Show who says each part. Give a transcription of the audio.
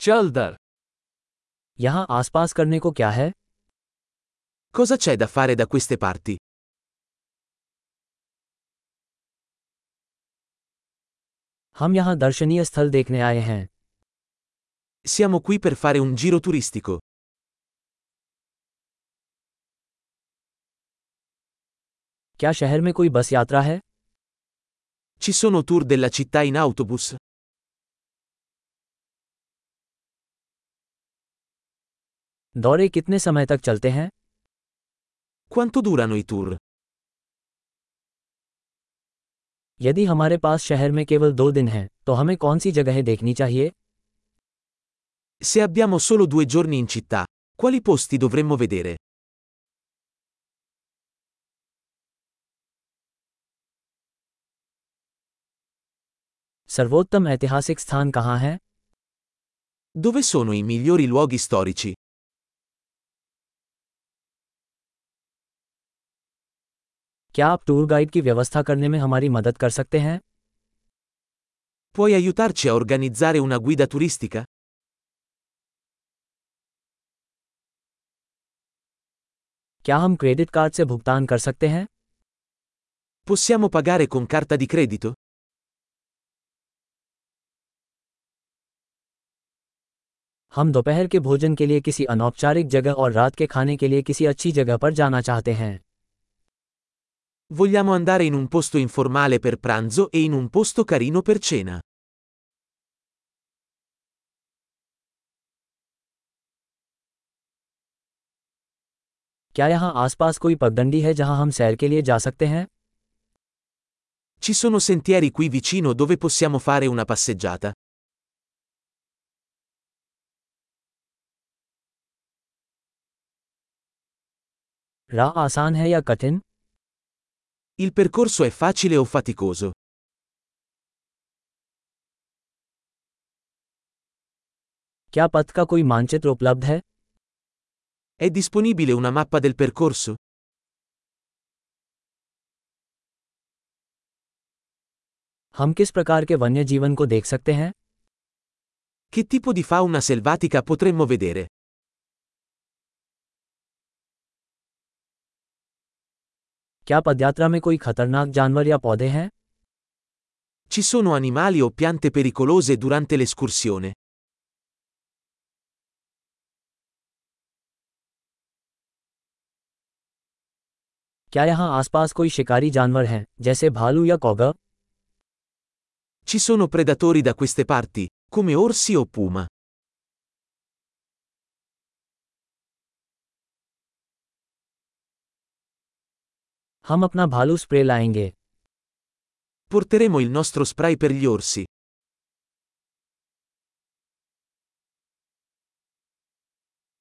Speaker 1: C'è dar.
Speaker 2: यहाँ आसपास करने को क्या है
Speaker 1: Cosa c'è da fare da queste parti?
Speaker 2: हम यहाँ दर्शनीय स्थल देखने आए हैं
Speaker 1: Siamo qui per fare un giro turistico.
Speaker 2: क्या शहर में कोई बस यात्रा है
Speaker 1: Ci sono tour della città in autobus?
Speaker 2: दौरे कितने समय तक चलते हैं
Speaker 1: Quanto durano i tour?
Speaker 2: यदि हमारे पास शहर में केवल दो दिन हैं तो हमें कौन सी जगहें देखनी चाहिए
Speaker 1: Se abbiamo solo due giorni in città, quali posti dovremmo vedere?
Speaker 2: सर्वोत्तम ऐतिहासिक स्थान कहाँ है
Speaker 1: Dove sono i migliori luoghi storici?
Speaker 2: क्या आप टूर गाइड की व्यवस्था करने में हमारी मदद कर सकते हैं
Speaker 1: Puoi aiutarci a organizzare una guida turistica?
Speaker 2: क्या हम क्रेडिट कार्ड से भुगतान कर सकते हैं
Speaker 1: Possiamo pagare con carta di credito?
Speaker 2: हम दोपहर के भोजन के लिए किसी अनौपचारिक जगह और रात के खाने के लिए किसी अच्छी जगह पर जाना चाहते हैं
Speaker 1: Vogliamo andare in un posto informale per pranzo e in un posto carino per cena.
Speaker 2: क्या यहाँ आसपास कोई पगडंडी है जहाँ हम सैर के लिए जा सकते हैं
Speaker 1: Ci sono sentieri qui vicino dove possiamo fare una passeggiata.
Speaker 2: राह आसान है या कठिन
Speaker 1: Il percorso è facile o faticoso?
Speaker 2: क्या पथ का कोई मानचित्र उपलब्ध है
Speaker 1: È disponibile una mappa del percorso?
Speaker 2: हम किस प्रकार के वन्य जीवन को देख सकते हैं
Speaker 1: Che tipo di fauna selvatica potremmo vedere?
Speaker 2: क्या पदयात्रा में कोई खतरनाक जानवर या पौधे हैं
Speaker 1: Ci sono animali o piante pericolose durante l'escursione?
Speaker 2: क्या यहाँ आसपास कोई शिकारी जानवर हैं जैसे भालू या कौगा
Speaker 1: Ci sono predatori da queste parti, come orsi o puma.
Speaker 2: हम अपना भालू स्प्रे लाएंगे
Speaker 1: Porteremo il nostro spray per gli orsi.